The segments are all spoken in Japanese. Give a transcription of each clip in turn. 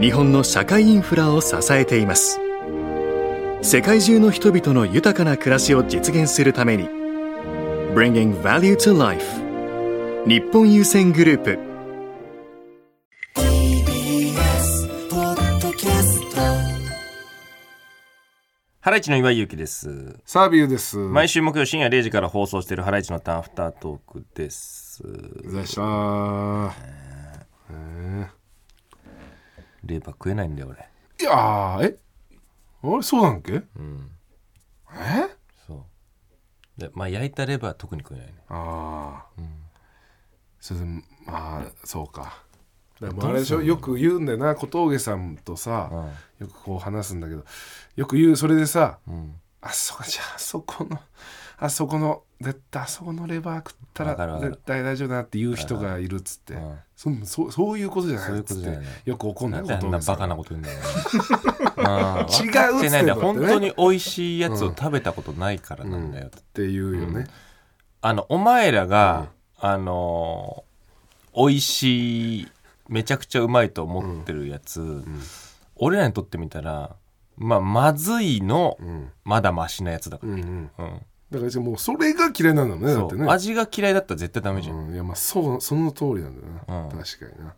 日本の社会インフラを支えています世界中の人々の豊かな暮らしを実現するために Bringing Value to Life 日本郵船グループ TBS ポッドキャストハライチの岩井ゆきです。サービューです。毎週木曜深夜0時から放送しているハライチのターンアフタートークです。お疲れ様でした。レーパー食えないんだよ俺。いやー、えあれ、そうなんっけそう。でまあ焼いたレバーは特に食えないね。ああ。それで、まあ、そうか。でもあれでしょよく言うんだよな小峠さんとさ、よくこう話すんだけどよく言うそれでさ、あそこじゃあそこのあそこの絶対あそこのレバー食ったわかるわらかる絶対大丈夫だなって言う人がいるっつって、んそんそそういうことじゃそうないいうっことつっじゃないてよく怒んなないんであんなバカなこと言うんだ よ、ね。ああ違うっつってんだっ分かてねってないんだよ本当に美味しいやつを食べたことないからなんだよ。っていうよね、あのお前らが、あのー美味しいめちゃくちゃうまいと思ってるやつ、俺らにとってみたらまあまずいの、まだマシなやつだから、うんううんん、だからもうそれが嫌いなんだもんねだってそうね味が嫌いだったら絶対ダメじゃん、うん、いやまあそうその通りなんだよな、うん確かにな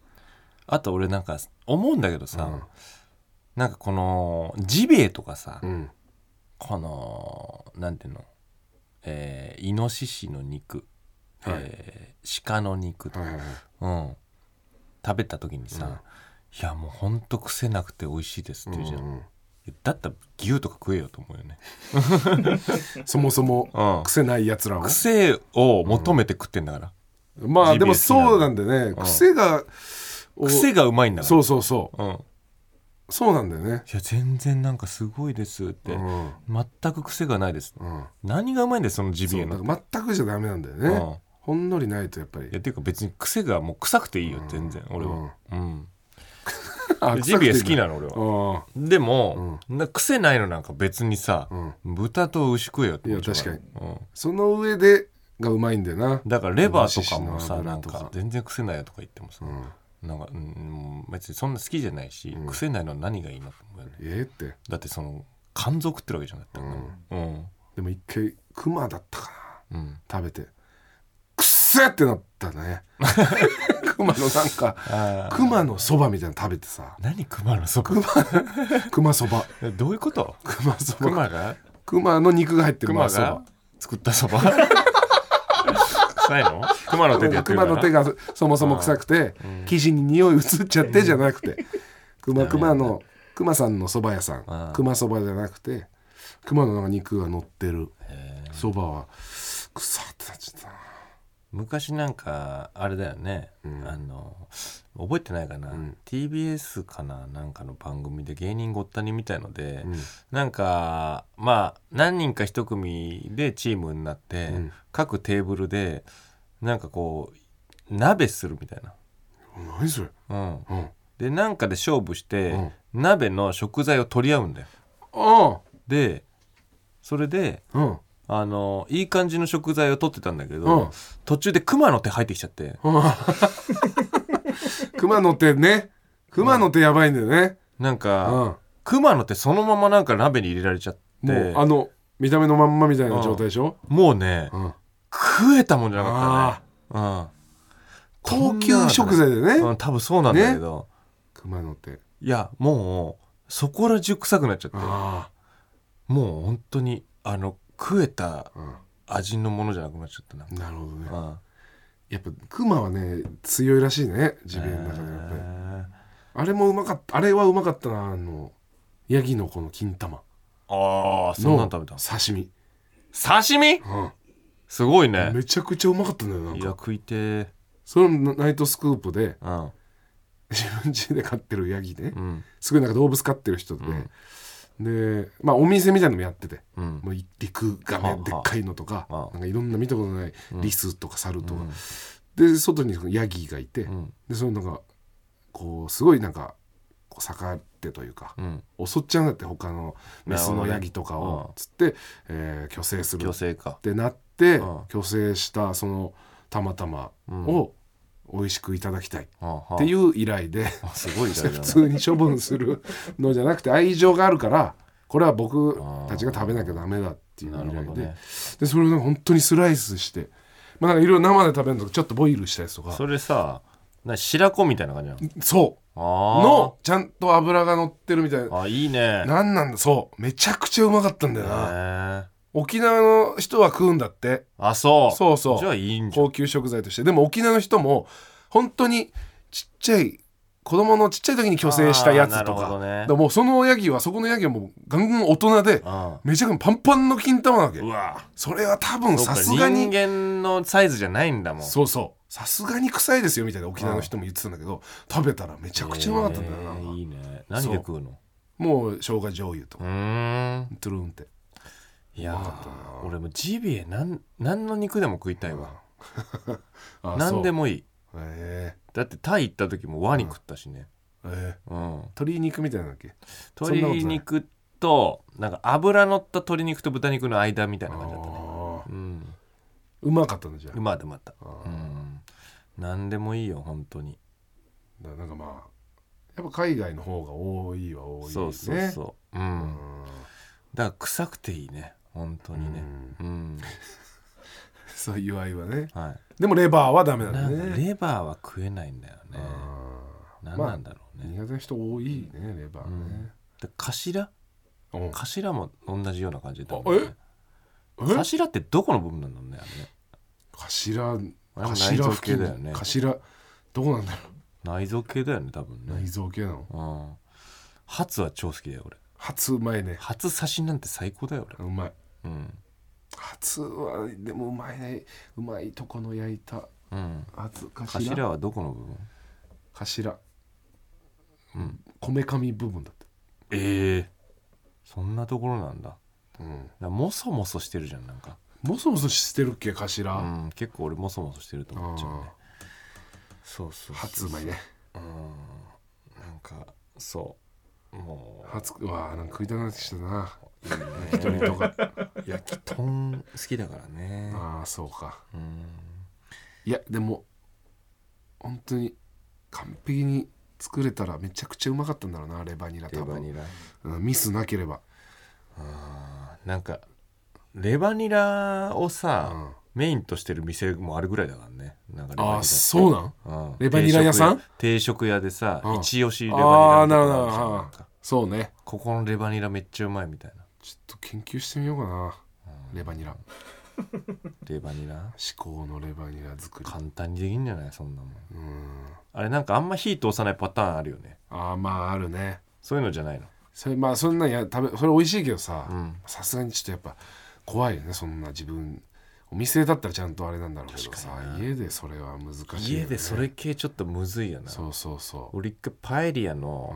あと俺なんか思うんだけどさ、なんかこのジビエとかさ、うんこのなんていうのえーイノシシの肉、えー鹿の肉とか、はいはいはいうん、食べた時にさ、いやもうほんと癖なくて美味しいですって言うじゃん、うんだったら牛とか食えよと思うよねそもそもうん癖ないやつらを、癖を求めて食ってんだから、まあジでビエ好きなのもそうなんだよね癖が、を癖がうまいんだから、そうそうそうん、いそうなんだよねや全然なんかすごいですって、うん全く癖がないです、うん何がうまいんだよそのジビそエうのだから全くじゃダメなんだよね、うんほんのりないとやっぱりいやっていうか別に癖がもう臭くていいよ全然俺はうん、あジビエ好きなの俺ははでも、な癖ないのなんか別にさ、豚と牛食えよってい思やっちゃう確かからにその上でがうまいんだよなだからレバーとかもさなイノシシの脂んとか全然癖ないよとか言ってもさ、なんか、うん、別にそんな好きじゃないし、癖ないのは何がいいなと思うよねええってだってその肝臓食ってるわけじゃなかったうん、うんでも一回クマだったかな、食べてくっせーってなったね クマのなんかクマのそばみたいなの食べてさ何クマのそ ばクマそばどういうことクマそクばマがクマの肉が入ってるクまマあそばが作ったそば臭いのクマの手でやってクるかマらの手がそもそも臭くて生地に匂い移っちゃってじゃなくてクマクマのクマさんのそば屋さんクマそばじゃなくてクマのなんか肉が乗ってるそばはくさってなっちゃったな昔なんかあれだよね、あの覚えてないかな、TBS かななんかの番組で芸人ごったにみたいので、なんかまあ何人か一組でチームになって、各テーブルでなんかこう鍋するみたい何それな、うんうんでなんかで勝負して、鍋の食材を取り合うんだよあでそれであうんあのいい感じの食材を取ってたんだけど、うん途中で熊の手入ってきちゃって、熊の手ね熊の手やばいんだよね、なんか、うん熊野ってそのままなんか鍋に入れられちゃってももううあの見た目のまんまみたいな状態でしょ、ね、ん食えたもんじゃなかったね、高級食材でうんうねん、多分そうなんだけど、熊の手いやもうそこら中臭くなっちゃってあもう本当にあの食えたん味のものじゃなくなっちゃったな、あなるほどねうんやっぱ熊はね強いらしいねジビエの中でやっぱり、あれもうまかったあれはうまかったなあのヤギのこの金玉ああそんなのの食べた刺身、刺身うすごいん、ねめちゃくちゃうまかったんだよないんやか食いてーそれもナイトスクープでうん自分家で飼ってるヤギね、うんすごいなんか動物飼ってる人で、でまあお店みたいなのもやってて、うんもう陸がはあはねあでっかいのとかああなんかいろんな見たことないリスとか猿とか、で外にそのヤギがいて、んでそのなんかこうすごいなんかこう逆手というか、うん襲っちゃうんだって他のメスのヤギとかなるほどねをああつって、えー、虚勢する虚っ勢かてなってああ虚勢したそのたまたまを美味しくいただきたいっっていうう依頼で。すごい依頼だ普な通に処分するのじゃなくて愛情があるからこれは僕たちが食べなきゃダメだっていうな依る頼ほどで,、ねでそれをなんか本当にスライスしてまあなんかいろいろ生で食べるのとかちょっとボイルしたやつとかそそれさな白子みたいな感じなのうあーのちゃんと油が乗ってるみたいなあいいねなんなんだそうめちゃくちゃうまかったんだよな、へー沖縄の人は食うんだってあそうそうそうじゃあいいんじゃん高級食材としてでも沖縄の人も本当にちっちゃい子供のちっちゃい時に虚勢したやつとあーなるかほどねだからもうそのヤギはそこのヤギはもうガンガン大人であめちゃくちゃパンパンの金玉なわけうわそれは多分そっかさすがに人間のサイズじゃないんだもんそうそうさすがに臭いですよみたいな沖縄の人も言ってたんだけど食べたらめちゃくちゃうまかったんだよなへなんーかいいね何で食うのもう生姜醤油とうかーんトゥルンっていやー俺もジビエなん何の肉でも食いたいわ あ何でもいいそうへだってタイ行った時もワニ食ったしねえへえうん鶏肉みたいなんだっけそんなことない鶏肉となんか油乗った鶏肉と豚肉の間みたいな感じだったねあーうんうまかったんだじゃあうまでまたうん何でもいいよ本当にだからなんかまあやっぱ海外の方が多いは多いねそうそうそううんだから臭くていいね本当にねうんそういう愛はねはいでもレバーはダメなんなだんかねレバーは食えないんだよね何なんだろうね苦手な人多いねレバーね、で頭うん頭も同じような感じだもんあねえ頭ってどこの部分なんだろうねあれねあれも内頭頭臓付系近だだよよねね頭どこなんだろ内臓系だよね多分うね内臓系なのうんハツは超好きだよ俺ハツうまいねハツ刺しなんて最高だようまい俺うんハツはでもうまいねうまいとこの焼いたうんハツ頭頭はどこの部分頭こめかみ部分だってええそんなところなんだうんなもそもそしてるじゃんなんかもそもそしてるっけう頭ん結構俺もそもそしてると思っちゃうねあそうそうそうハツうまいねなんかそうもハツうわあなんか食いたくなってきたな焼き鳥とかう焼き豚好きだから ねああそうかうんいやでも本当に完璧に作れたらめちゃくちゃうまかったんだろうなレバニラレ多バニ分、ラうん、ミスなければなんかレバニラをさ、うんメインとしてる店もあるぐらいだからねなんかレバニラああそうなんうんレバニラ屋さん定食屋定食屋でさ、うん一押しレバニあラあーみたないるなほのあるじゃんなんどなるほどかそうねここのレバニラめっちゃうまいみたいなちょっと研究してみようかなレバニラレバニラ至高のレバニラ作り簡単にできんじゃないそんなもんうんあれなんかあんま火通さないパターンあるよねああまああるねそういうのじゃないのそれまあそんなんや食べそれ美味しいけどさんさすがにちょっとやっぱ怖いよねそんな自分お店だったらちゃんとあれなんだろうけどさ家でそれは難しいよね、家でそれ系ちょっとむずいよなそうそうそう俺一回パエリアの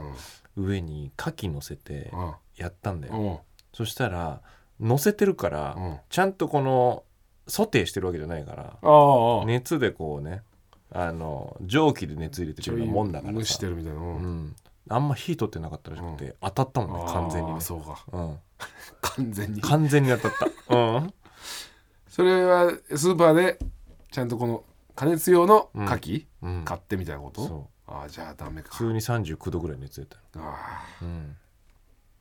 上に牡蠣乗せてうんやったんだよ、うんそしたら乗せてるから、うんちゃんとこのソテーしてるわけじゃないからああああ熱でこうねあの蒸気で熱入れてちるようなもんだから蒸しさて、るみたいな、うんうん、あんま火取ってなかったらしくて、当たったもんね完全にあねあそうかうん、完全に 完全に当た った、うん、それはスーパーでちゃんとこの加熱用の牡蠣、うん買ってみたいなこと、そああじゃあダメか普通に39度ぐらい熱出たよ、ああうん、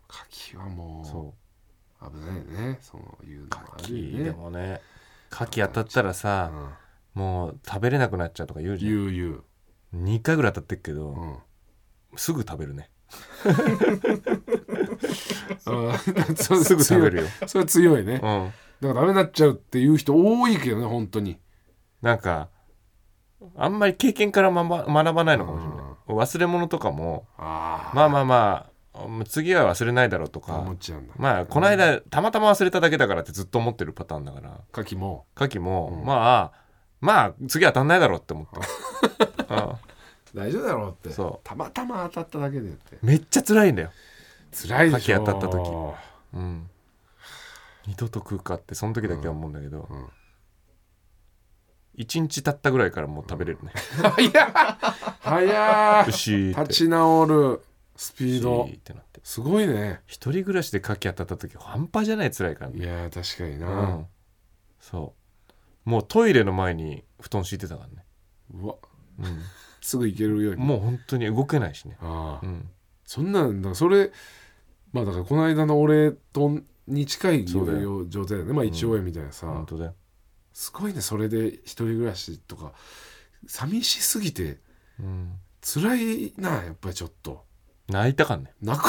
牡蠣はもそうう危ないよねそのいうのもあ牡るよ蠣ねでもね牡蠣当たったらさ、うんもう食べれなくなっちゃうとか言うじゃんゆうゆ2回ぐらい当たってっけど、う、うん、あすぐ食べるねあ それすぐ食べるよ強いそれ強いね、うんだからダメになっちゃうっていう人多いけどね本当になんかあんまり経験からまま学ばないのかもしれない、忘れ物とかもああまあまあまあうん次は忘れないだろうとか思っちゃうんだまあこの間たまたま忘れただけだからってずっと思ってるパターンだから牡蠣も 牡蠣も、まあまあ次当たんないだろうって思って、うん大丈夫だろうってそうたまたま当たっただけでってめっちゃ辛いんだよ、辛いでしょ牡蠣当たった時 うん、二度と食うかってその時だけは思うんだけど、うん一日経ったぐらいからもう食べれるね、早ういしーって 立ち直るスピうしードーってなってすごいね一人暮らしで牡蠣当たった時半端じゃない辛いからいね、やー確かにうな、ん、そうもうトイレの前に布団敷いてたからね、うわ すぐ行けるよううん、にもう本当に動けないしね、ああうん、そんなんだそれまあだからこの間の俺とに近いそうだよよう状態だよねまあ一応みたいなさ、本当だよ、すごいねそれで一人暮らしとか寂しすぎてうん、辛いなやっぱりちょっと泣いたからね泣く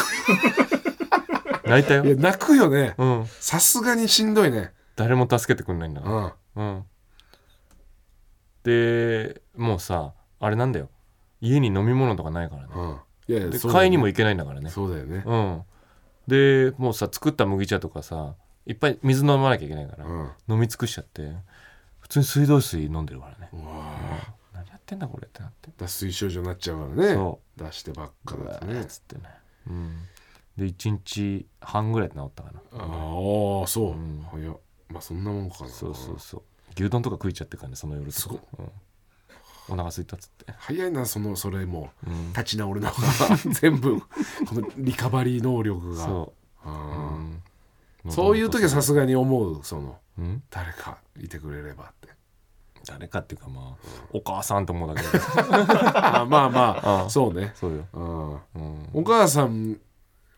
泣いたよいや泣くよねうん、さすがにしんどいね誰も助けてくれないんだからうんうん、でもうさあれなんだよ家に飲み物とかないからねうんいやいでやそうだよね買いにも行けないんだからねそうだよねうんでもうさ作った麦茶とかさいっぱい水飲まなきゃいけないから、うん飲み尽くしちゃって普通に水道水飲んでるからねうわあ何やってんだこれってなって、脱水症状になっちゃうからねそ出してばっかうだとうわーねっつってね、うん、で1日半ぐらいで治ったかなああそう、うん早っまあそんなもんかなそうそうそう牛丼とか食いちゃってからねその夜すとごかっ、うん、お腹空いたっつって、早いなそのそれもうん、立ち直るのが全部このリカバリー能力がそうう、うんん、そういう時はさすがに思うそのうん、誰かいてくれればって誰かっていうかまあお母さんと思うだけ どあまあまう あんそうねそうよ、うんうん、お母さん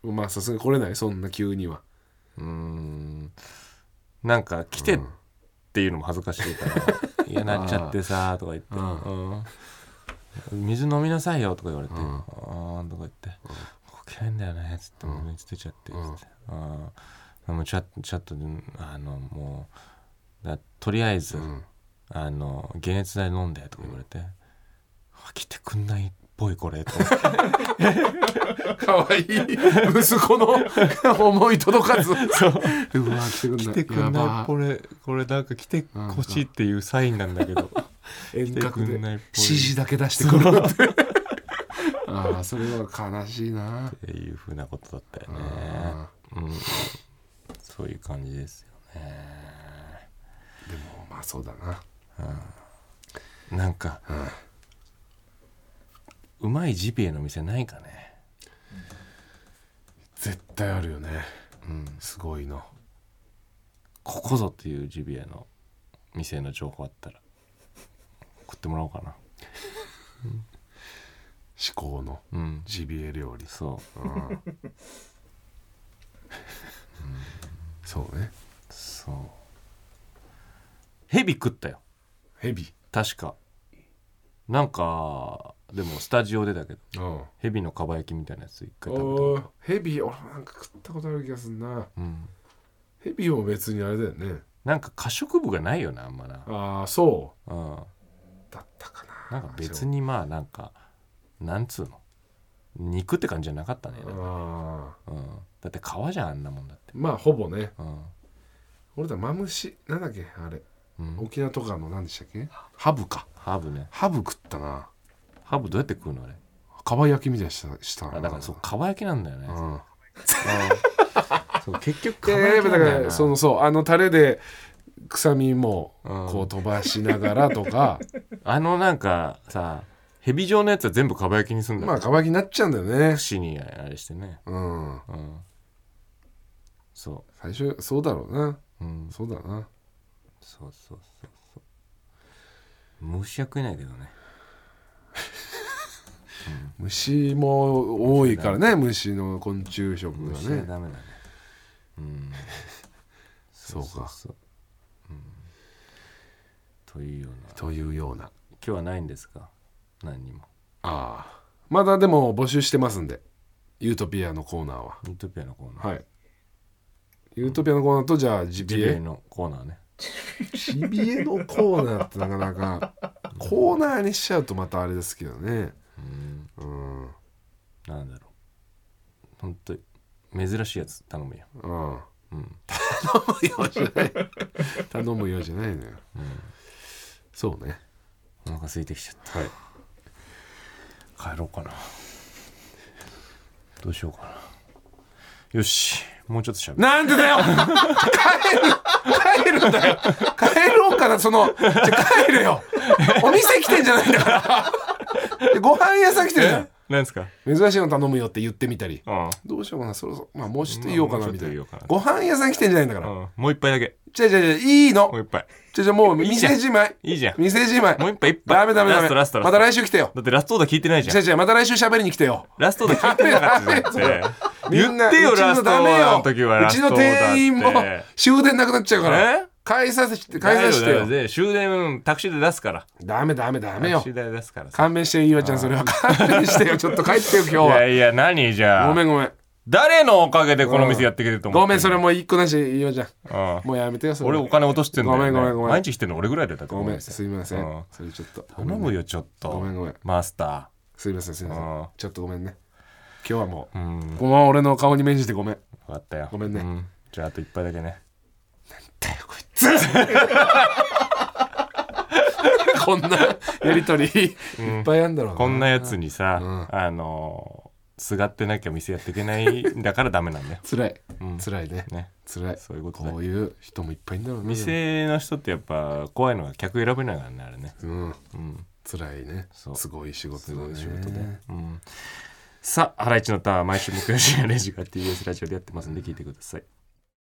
まあさすがに来れないそんな急にはうーんなんか来てっていうのも恥ずかしいから「嫌、なっちゃってさ」とか言って、うん水飲みなさいよ」とか言われて「んあーん」とか言って「こけないんだよね」っつって「もう熱出ちゃって」つって「あーもうちょっとちょっとあのもうだとりあえず、んあの解熱剤飲んで」とか言われて「来てくんないっぽいこれ」とか思ってかわいい 息子の 思い届かずそううわ来てく 来てくんないんやなばいこれこれなんか来てほしいっていうサインなんだけど来遠隔てでくんないっぽい指示だけ出してくるってああそれは悲しいなっていうふうなことだったよねあうんそういう感じですよねーでもまあそうだななんか、うまいジビエの店ないかね絶対あるよね、すごいのここぞっていうジビエの店の情報あったら送ってもらおうかな至高のうんジビエ料理そうそうねそうヘビ食ったよヘビ確かなんかでもスタジオでだけどうんヘビのかば焼きみたいなやつ一回食おべーヘビ俺なんか食ったことある気がするなた、うん、ヘビも別にあれだよねなんか可食部がないよなあんまな、ああそうん、うだったかななんか別にまあなんかなんつうの肉って感じじゃなかったね、ああうん、だって皮じゃんあんなもんだって、まあほぼねうん俺だマムシなんだっけあれうん、沖縄とかの何でしたっけハブかハーブねハブ食ったなハーブどうやって食うのあれかば焼きみたいにしたしたなあだからそうかば焼きなんだよね、 うんそう結局かばでや焼っきぱなんだかだよならそのそうあのタレで臭みもうんこう飛ばしながら とか、あのなんかさヘビ状のやつは全部かば焼きにすんだよ、まあかばきになっちゃうんだよね串にあれしてねうんうんそ最初そうだろうなううんそうだなそうそうそうそう虫は食えないけどね虫も多いからね虫の昆虫食が虫はねダメだねうんそうかそう、うん、というような今というような日はないんですか何にもああまだでも募集してますんでユートピアのコーナーはユートピアのコーナー、はいユートピアのコーナーとじゃあジビエ GBA のコーナーね GBA のコーナーってなかなかコーナーにしちゃうとまたあれですけどねうんうんなんだろうほんと珍しいやつ頼むようんうん頼むようじゃないのよ、そうねお腹空いてきちゃったはい帰ろうかなどうしようかなよしもうちょっとしゃべなんでだよ帰る帰るんだよ帰ろうからそのじゃあ帰るよお店来てんじゃないんだからでご飯屋さん来てるじゃんなんですか珍しいの頼むよって言ってみたりうんどうしようかなそろそろまあもうちょっといようかなみたいまなあもうちょっとご飯屋さん来てんじゃないんだからうんもう一杯だけじゃじゃじゃいいのもう一杯じゃじゃもういいじゃん店じまいいいじゃん店じまいもう一杯一杯ダメダメダラスメトラストラストまた来週来てよだってラストオーダー聞いてないじじゃゃんじゃまた来週喋りに来てよラストオーダー聞いてなかったじゃんだってみん言なってようちラのストオダーメダーよの時はラうちストのオーダー店員もって終電なくなっちゃうからえ解散して解散してだよよだよで終電タクシーで出すからダメダメダメタよクシー代出すからさ勘弁していいわちゃんそれは勘弁してよちょっと帰ってよ今日いやはいや何じゃあごめんごめん誰のおかげでこの店やってくれると思うごめんそれもう一個なしいいわちゃんうんもうやめてよそれ俺お金落としてんだよねごめんごめんごめん毎日来てんの俺ぐらいだよだってごめんこの店すいませうんんそれちょっと頼むよちょっとごめんごめんマスタすいませんすいませうんんちょっとごめんね今日はもーうんうごめん俺の顔に免じてごめん分かったよごめんねうじゃああと一杯だけねこんなやりとりいっぱいあんだろうなこんなやつにさあのーすがってなきゃ店やっていけないんだからダメなんだよ辛いうん辛いねね辛いそういうことだよこういう人もいっぱいいんだろうね店の人ってやっぱ怖いのが客選べないからねあれねうんうん辛いねそうすごい仕事すだごねい仕事で、うん、さあ「ハライチのターン」毎週木曜深夜0時から TBS ラジオでやってますんで聞いてください